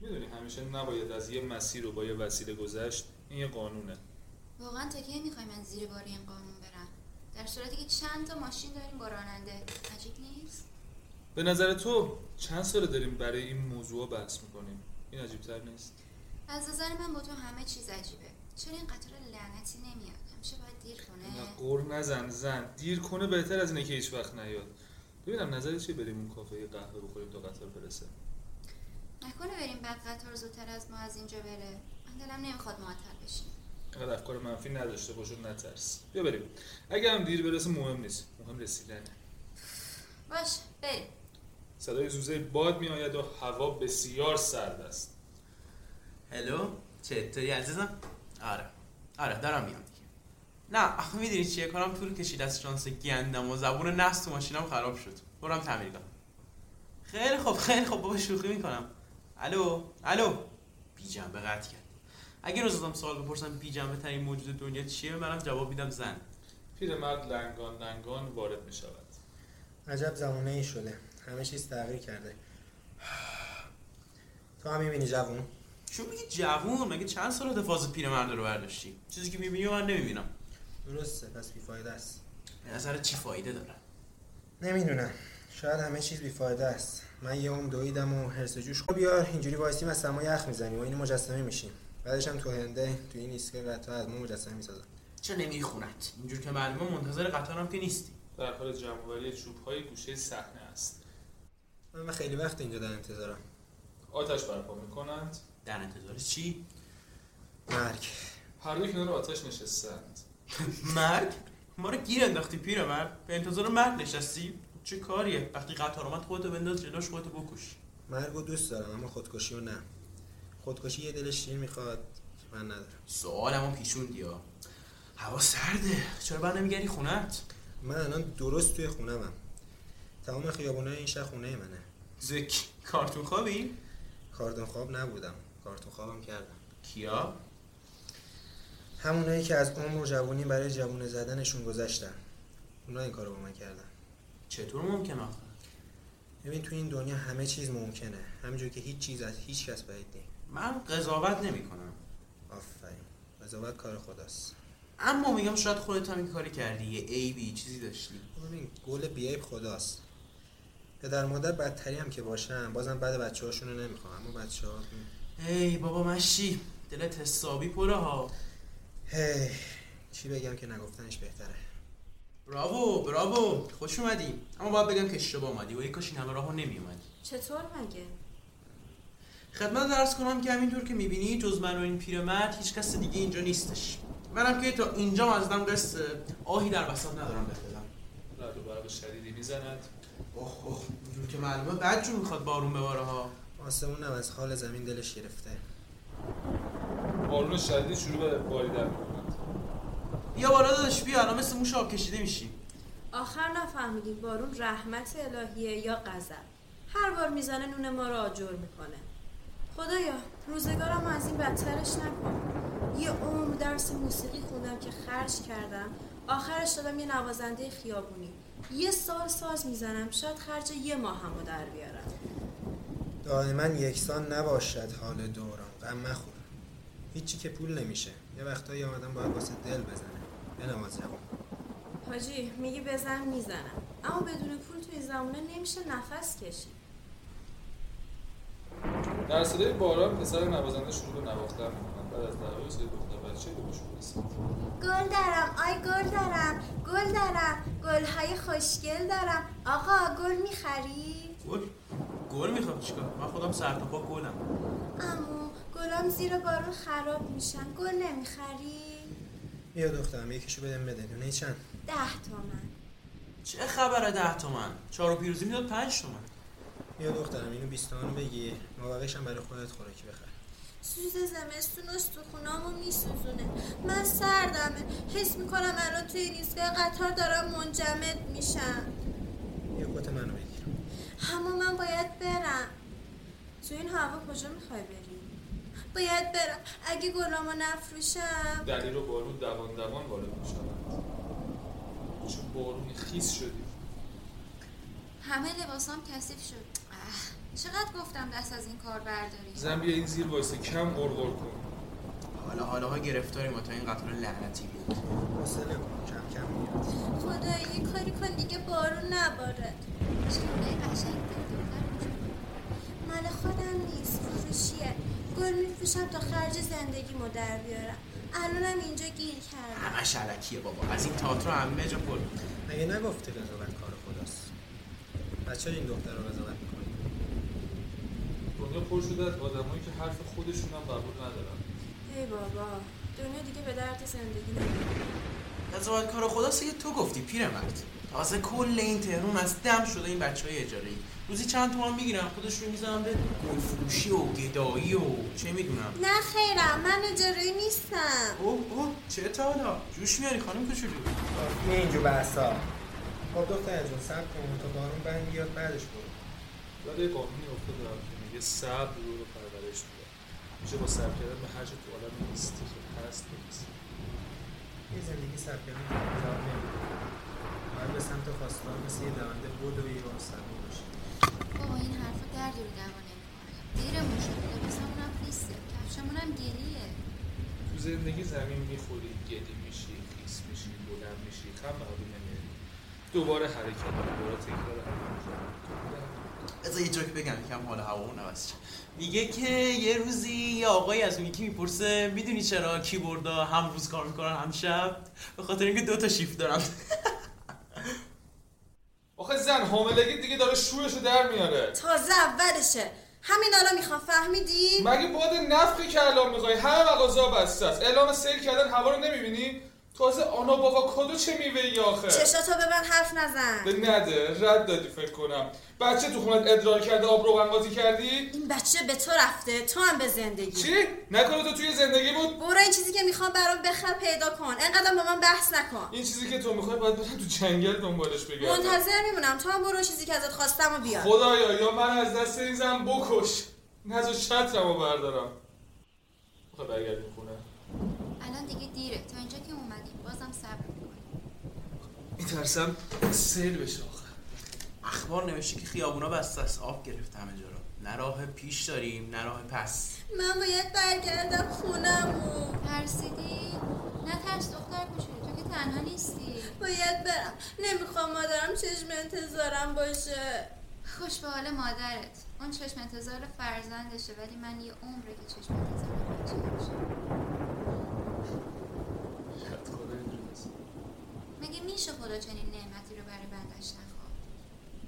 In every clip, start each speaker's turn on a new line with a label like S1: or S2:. S1: میدونی همیشه نباید از یه مسیر رو با یه وسیله گذشت این یه قانونه
S2: واقعا تا کی میخوای من زیر بار این قانون برم در صورتی که چند تا ماشین داریم با راننده عجیب نیست
S1: به نظر تو چند ساله داریم برای این موضوع بحث میکنیم این عجیبتر نیست
S2: از نظر من با تو همه چیز عجیبه چرا این قطار لعنتی نمیاد همیشه باید دیر
S1: نه
S2: کنه
S1: قر نزن زن دیر کنه بهتر از اینه که هیچ وقت نیاد ببینم نظر چیه بریم اون کافه یه قهوه بخوریم تا قطار برسه
S2: نکنه بریم بعد قطار زودتر از ما از اینجا بره من دلم نمیخواد معطل بشیم
S1: اینقدر افکار منفی نداشته باش و نترس بیا بریم اگه هم دیر برسه مهم نیست مهم رسیدنه
S2: باشه بریم
S1: صدای زوزه باد میآید و هوا بسیار سرد است
S3: هلو چطوری عزیزم آره آره دارم میام دیگه نه آخه میدونی چیه کارم طول کشید از شانس گندم و زبون نفس تو ماشینم خراب شد برم تعمیر کنم خیلی خوب خیلی خوب بابا شوخی میکنم الو الو بی جنبه قطع کرد اگه روز ازم سوال بپرسم بی جنبه ترین موجود دنیا چیه منم جواب میدم زن
S1: پیرمرد لنگان لنگان وارد می شود
S4: عجب زمانه ای شده همه چیز تغییر کرده تو هم میبینی جوون
S3: چون میگی جوون مگه چند سال از فاز پیرمرد رو برداشتی چیزی که میبینی و من نمیبینم
S4: درسته پس بیفایده است
S3: به نظر چی فایده داره
S4: نمیدونم شاید همه چیز بیفایده است من یه عمر دویدم و هرس و جوش خب بیار اینجوری وایسیم از سما یخ میزنیم و اینو مجسمه میشیم بعدش هم تو هنده تو این ایستگاه قطار از ما مجسمه میسازن
S3: چه نمیری خونت اینجور که معلومه منتظر قطارم که نیستی
S1: در حال جمعآوری چوب های گوشه صحنه است
S4: من خیلی وقت اینجا در انتظارم
S1: آتش برپا می کنند
S3: در انتظار چی
S4: مرگ
S1: هر دو کنار آتش نشستند
S3: مرگ ما رو گیر انداختی پیرمرد به انتظار مرگ نشستی چه کاریه وقتی قطار اومد خودتو بنداز جلوش خودتو بکش
S4: مرگ رو دوست دارم اما خودکشی رو نه خودکشی یه دل شیر میخواد که من ندارم
S3: سوالمو پیشوندی ها هوا سرده چرا بر نمیگری خونت
S4: من الان درست توی خونمم تمام خیابونای این شهر خونه منه
S3: زک کارتون خوابی
S4: کارتون خواب نبودم کارتون خوابم کردم
S3: کیا
S4: همونایی که از عمر و جوونی برای جوونه زدنشون گذشتن اونا این کارو با من کردن
S3: چطور ممکن آخه
S4: ببین تو این دنیا همه چیز ممکنه همینجور که هیچ چیز از هیچ کس بعید نیست
S3: من قضاوت نمیکنم
S4: آفرین قضاوت کار خداست
S3: اما میگم شاید خودت هم این کاری کردی یه عیبی چیزی داشتی
S4: ببین گل بیعیب خداست پدر مادر بدتری هم که باشن بازم بعد بچه هاشون رو نمیخوام اما بچه ها
S3: ای بابا مشی دلت حسابی پره ها
S4: هی چی بگم که نگفتنش بهتره
S3: براوو براوو خوش اومدی اما باید بگم که اشتباه اومدی و یک کاش این همه راهو نمی اومدی
S5: چطور مگه؟
S3: خدمت درس کنم که همینطور که میبینی جز من و این پیرمرد هیچ کس دیگه اینجا نیستش منم که تا اینجا مزدم قصه آهی در وسط ندارم بهت بدم
S1: رد و برق شدیدی میزند
S3: اوه اوه اینجور که معلومه بعد جون میخواد بارون بباره ها
S4: آسمونم از خال زمین دلش گرفته
S1: بارون شدیدی شروع به باریدن می کند
S3: بیا بالا داداش بیا الان مثل موش آب کشیده میشی
S5: آخر نفهمیدیم بارون رحمت الهیه یا غضب هر بار میزنه نون ما رو آجر میکنه خدایا روزگارم از این بدترش نکن یه عمر درس موسیقی خوندم که خرج کردم آخرش دادم یه نوازنده خیابونی یه سال ساز میزنم شاید خرج یه ماه همو در بیارم
S4: دائما یکسان نباشد حال دوران غم مخور هیچی که پول نمیشه یه وقتایی آدم باید واسه دل بزنه بنواز جوون
S5: حاجی میگی بزن میزنم اما بدون پول تو این زمونه نمیشه نفس کشید
S1: در صدای باران پسر نوازنده شروع به نواختن می کند بعد از دقایقی صدای دختر بچه به گوش می‌رسد.
S2: گل دارم آی گل دارم گل دارم گل های خوشگل دارم آقا گل میخری؟
S3: گل گل میخوام چیکار من خودم سر تا پا گلم
S2: امو گلام زیر بارون خراب میشن گل نمیخری؟
S4: بیا دخترم یکیشو بدم بده دونه چند
S2: ده تومن
S3: چه خبره ده تومن چهار و پیروزی میداد پنج تومن
S4: بیا دخترم اینو 20 تومن بگیر مابقیش هم برای خودت خوراکی بخر
S5: سوز زمستون استخونامو میسوزونه من سردمه حس میکنم الان توی ایستگاه قطار دارم منجمد میشم
S4: بیا کت منو بگیر
S5: اما من باید برم تو این هوا کجا میخوای بری باید برم اگه گلامو نفروشم
S1: دلیل و بارون دوان دوان وارد می شوند چه بارونی خیس شدی
S2: همه لباسام کثیف شد اه.
S5: چقدر گفتم دست از این کار برداری
S1: زن بیا این زیر وایسه کم غرغر کن
S3: حالا حالا ها گرفتاری ما تا این قطار لعنتی بیاد
S4: حوصله کن کم کم میاد
S5: خدایا یه کاری کن دیگه بارون نباره شنبه قشنگ داری، دختر. مال خودم نیست فروشیه گل میفروشم تا خرج زندگیمو در بیارم الانم اینجا گیر کردم
S3: همش علکیه بابا از این تئاتر همه جا پر
S4: مگه نگفتی قضاوت کار خداست بچه این دختر رو قضاوت میکنی
S1: دنیا پر شده از آدمایی که حرف خودشون هم قبول ندارن
S6: ای بابا دنیا دیگه به درد زندگی نمی‌خوره.
S3: قضاوت کار خدا سه تو گفتی پیرمرد تازه کل این تهرون از دم شده این بچه های اجاره روزی چند تومن میگیرن خودش رو میزنن به گل فروشی و گدایی و چه میدونم
S5: نه خیرم من اجاره نیستم
S3: اوه اوه چه تا حالا جوش میاری خانم کوچولو
S4: آه، این اینجور بحثا خب دختر جون سب کن تا بارون بند بیاد بعدش برو
S1: ولی یه قانونی افتادم که میگه صبر رو رو پرورش میده میشه با صبر کردن به هر چه تو عالم نیستی خب، که هست برسی
S4: یه زندگی سب کردن که جواب نمیده باید به سمت خواستگاه مثل یه دونده بود و یه راسته باشی
S2: بابا این حرفا درد رو دوا نمیکنه دیرمون شده لباسمون هم خیسه کفشمون هم گلیه
S1: تو زندگی زمین میخوری گلی میشی خیس میشی بلند میشی خم به آبی نمیری دوباره حرکت دوباره تکرار حرکت
S3: بذار یه جوک بگم کم حال هوا اون عوض شه. میگه که یه روزی یه آقایی از اون یکی میپرسه میدونی چرا کیبوردا هم روز کار میکنن هم شب به خاطر اینکه دو تا شیفت دارن
S1: آخه زن حاملگی دیگه داره شورشو در میاره
S6: تازه اولشه همین حالا میخوام فهمیدی
S1: مگه باد نفخی که الان میخوای همه مغازه بسته است اعلام سیل کردن هوا رو نمیبینی تازه آنا بابا کدو چه میوه ای آخه
S6: چشاتو به من حرف نزن
S1: به نده رد دادی فکر کنم بچه تو خونت ادرار کرده آب روغن قاطی کردی
S6: این بچه به تو رفته تو هم به زندگی
S1: چی نکنه تو توی زندگی بود
S6: برو این چیزی که میخوام برام بخر پیدا کن انقدر با من بحث نکن
S1: این چیزی که تو میخوای باید برم تو جنگل دنبالش بگردم
S6: منتظر میمونم تو هم برو چیزی که ازت خواستم و بیار
S1: خدایا یا من از دست این زن بکش نزد شطرم رو بردارم میخوای برگردیم خونه
S2: الان دیگه دیره تا اینجا که اومدیم بازم صبر میکنیم
S1: میترسم سیل بشه آخه
S3: اخبار نوشته که خیابونا بسته است آب گرفت همه جا رو نه راه پیش داریم نه راه پس
S5: من باید برگردم خونمو
S2: ترسیدی نه ترس دختر کوچولو تو که تنها نیستی
S5: باید برم نمیخوام مادرم چشم انتظارم باشه
S2: خوش به حال مادرت اون چشم انتظار فرزندشه ولی من یه عمره که چشم انتظار بچه باشه
S1: شاید خدا اینجوری نیست.
S2: مگه میشه خدا چنین نعمتی رو برای بندش نخواد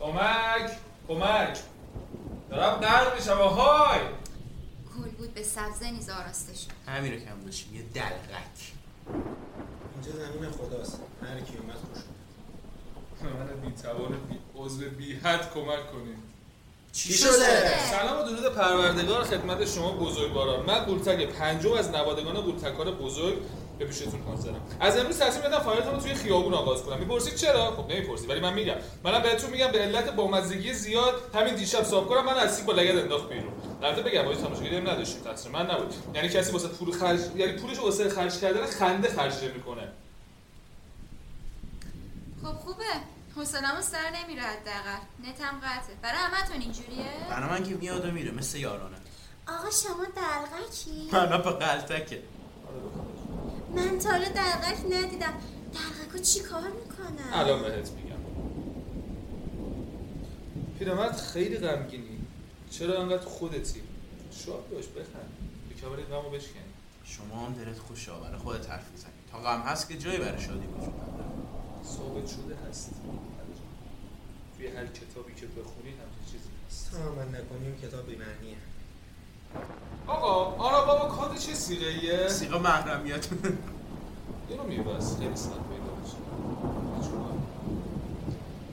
S1: کمک کمک دارم درد میشم آهای
S2: گل بود به سبزه نیز آراسته شد
S3: همین رو کم داشتیم یه دلغک
S4: اینجا زمین خداست هر کی اومد خوش
S1: من بیتوان بی عضو بی حد کمک کنیم
S3: چی
S1: سلام و درود پروردگار خدمت شما بزرگواران من گلتک پنجم از نوادگان گلتکار بزرگ به پیشتون حاضرم از امروز تصمیم گرفتم فعالیتم رو توی خیابون آغاز کنم میپرسید چرا خب نمیپرسی ولی من میگم منم بهتون میگم به علت بامزگی زیاد همین دیشب صاحب کنم من از سیب با لگد انداخت بیرون البته بگم واسه تماشاگری هم نداشتیم تقصیر من نبود یعنی کسی واسه پول خرج یعنی پولش واسه خرج کردن خنده خرج میکنه
S2: خب خوبه حوصلمون سر نمیره حداقل نتم قطعه برای همتون اینجوریه
S3: برای من که میاد و میره مثل یارانه
S5: آقا شما دلغکی
S3: من به قلتکه
S5: من تا حالا دلغک ندیدم دلغکو چی کار میکنم
S1: الان بهت میگم پیرمرد خیلی غمگینی چرا انقدر خودتی شاد باش بخند یه کمر این غمو بشکنی
S3: شما هم دلت خوش آوره خودت حرف میزنی تا غم هست که جایی برای شادی وجود نداره
S1: ثابت شده هست توی هر کتابی که بخونی همچین چیزی هست
S4: تا من نکنیم کتاب بی‌معنیه
S1: آقا آنا بابا کاد چه سیغه ایه؟
S3: سیقا محرمیت
S1: اینو میبس خیلی سخت پیدا میشه مجبورم.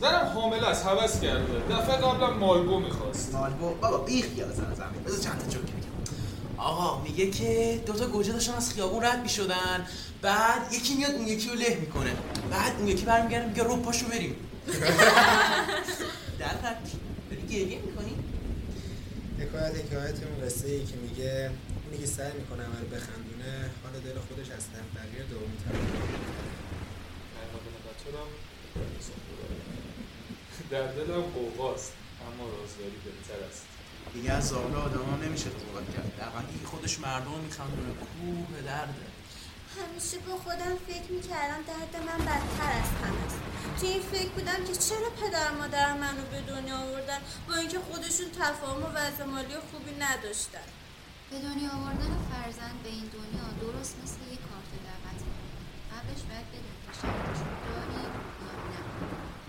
S1: زنم حامله است هوس کرده دفعه قبلا مالبو میخواست
S3: مالبو بابا بی خیال زن زمین بذار چند تا جوک بگم آقا میگه که دوتا گوجه داشتن از خیابون رد میشدن بعد یکی میاد اون یکی رو له میکنه بعد اون یکی برمیگرده میگه رو پاشو بریم در رد بری گریه میکنی
S4: حکایت حکایت اون قصه ای که میگه اونی که سعی میکنه همه رو بخندونه حال دل خودش از تنبلی دومی طرف
S1: در دلم قوقاست اما رازداری بهتر است
S3: دیگه از زابل آدما نمیشه قضاوت کرد دقیقا دیگه خودش مردم میخندونه کوه به درده
S5: همیشه با خودم فکر میکردم درد من بدتر از همه است تو این فکر بودم که چرا پدر و مادر منو به دنیا آوردن با اینکه خودشون تفاهم و وضع مالی خوبی نداشتن
S2: به دنیا آوردن فرزند به این دنیا درست مثل یک کارت دعوت قبلش باید بدون که شرطش رو داری یا نه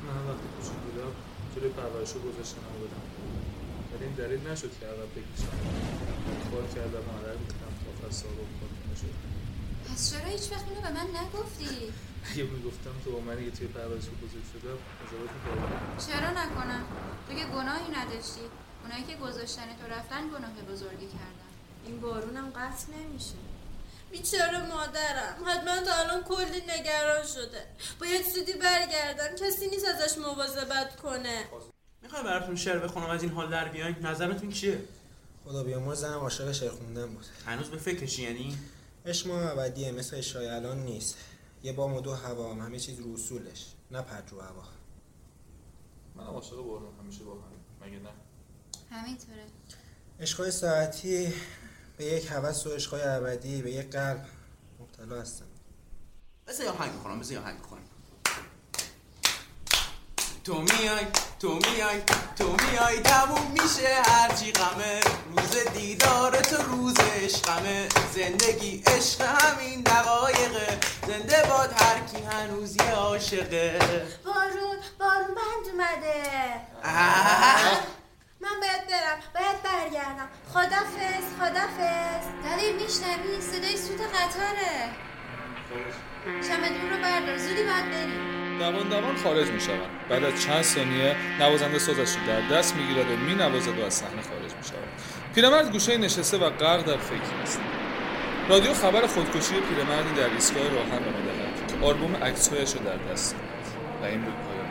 S1: من وقتی کوچولو جلوی پرورشو گذاشتم بودم ولی این دلیل نشد که عقب بکشم کار کردم عرق میکنم تا فصل رو کنم شد
S2: پس چرا هیچ وقت اینو به من نگفتی
S1: اگه میگفتم تو با من یه توی پرورش بزرگ شدم ازدواج میکردم
S2: چرا نکنم تو که گناهی نداشتی اونایی که گذاشتن تو رفتن گناه بزرگی کردن
S6: این بارونم قطع نمیشه
S5: بیچاره مادرم حتما تا الان کلی نگران شده باید سودی برگردم کسی نیست ازش مواظبت کنه
S3: میخوای براتون شعر بخونم از این حال در بیاین نظرتون چیه
S4: خدا بیامرز زنم عاشق شعر خوندن بود
S3: هنوز به فکرشی یعنی
S4: عشق ما ابدیه مثل عشقای الان نیست یه بام و دو هوام همه چیز رو اصولش نه پرج رو هوا
S1: من عاشق بارم همیشه با هم مگه نه
S2: همینطوره
S4: عشقای ساعتی به یک هوس و عشقای ابدی به یک قلب مبتلا هستم
S3: بذار یه آهنگ بخونم بذار یه آهنگ بخونم تو میای تو میای تو میای تموم میشه هرچی غمه روز دیدار تو روز عشقمه زندگی عشق همین دقایقه زنده باد هر کی هنوز یه عاشقه
S5: بارون بارون بند اومده
S3: آه.
S5: من باید برم باید برگردم خدافز خدافز
S2: دلیل میشنوی صدای سوت قطاره
S1: خودش
S2: چمدون رو بردار زودی باید بریم
S1: دوان دوان خارج می شوند بعد از چند ثانیه نوازنده سازش رو در دست می گیرد و می نوازد و از صحنه خارج می شود پیرمرد گوشه نشسته و غرق در فکر است رادیو خبر خودکشی پیرمردی در ایستگاه راهن به ما دهد که آلبوم عکسهایش را در دست دارد و این بود پایان